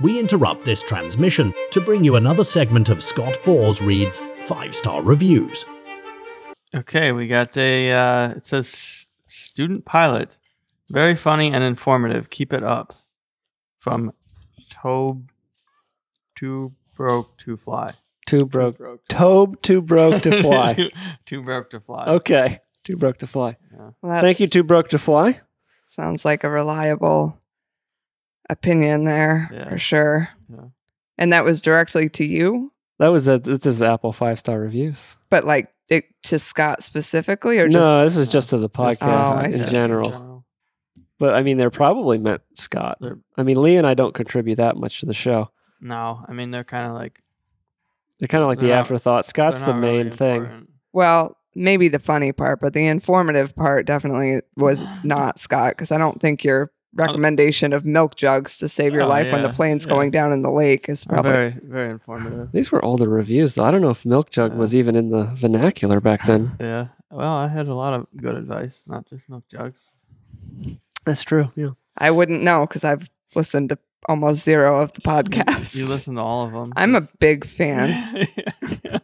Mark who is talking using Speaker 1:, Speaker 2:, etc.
Speaker 1: we interrupt this transmission to bring you another segment of Scott Bors Reads Five Star Reviews.
Speaker 2: Okay, we got a. Uh, it says "S- student pilot, very funny and informative. Keep it up. From Tobe, too broke to fly.
Speaker 3: Too broke.
Speaker 2: Broke.
Speaker 3: Tobe too broke to fly.
Speaker 2: too, too broke to fly.
Speaker 3: okay. Too broke to fly.
Speaker 4: Well, that's-
Speaker 3: Thank you, Too Broke to Fly.
Speaker 4: Sounds like a reliable opinion there
Speaker 2: Yeah.
Speaker 4: for sure.
Speaker 2: Yeah.
Speaker 4: And that was directly to you,
Speaker 3: That was a this is Apple five star reviews.
Speaker 4: but like it to Scott specifically, or just
Speaker 3: no, this is just to the
Speaker 4: Oh,
Speaker 3: podcast
Speaker 4: I
Speaker 3: in
Speaker 4: see.
Speaker 3: general. But I mean, they're probably meant Scott.
Speaker 2: They're-
Speaker 3: I mean, Lee and I don't contribute that much to the show.
Speaker 2: No, I mean they're kind of like
Speaker 3: They're kind of like
Speaker 2: They're
Speaker 3: the
Speaker 2: not-
Speaker 3: afterthought. Scott's
Speaker 2: they're
Speaker 3: the
Speaker 2: not really
Speaker 3: main thing.
Speaker 2: important.
Speaker 4: well, maybe the funny part, but the informative part definitely was not Scott because I don't think your recommendation of milk jugs to save your
Speaker 2: Uh, Oh,
Speaker 4: life when the
Speaker 2: yeah,
Speaker 4: plane's
Speaker 2: yeah.
Speaker 4: going down in the lake is
Speaker 2: They're
Speaker 4: probably
Speaker 2: Very, very informative.
Speaker 3: These were older reviews, though. I don't know if Milk Jug
Speaker 2: Yeah.
Speaker 3: was even in the vernacular back then.
Speaker 2: Yeah. Well, I had a lot of good advice, not just milk jugs.
Speaker 3: That's true. Yeah.
Speaker 4: I wouldn't know because I've listened to almost zero of the podcast.
Speaker 2: You listen to all of them.
Speaker 4: I'm a big fan.
Speaker 2: Yeah.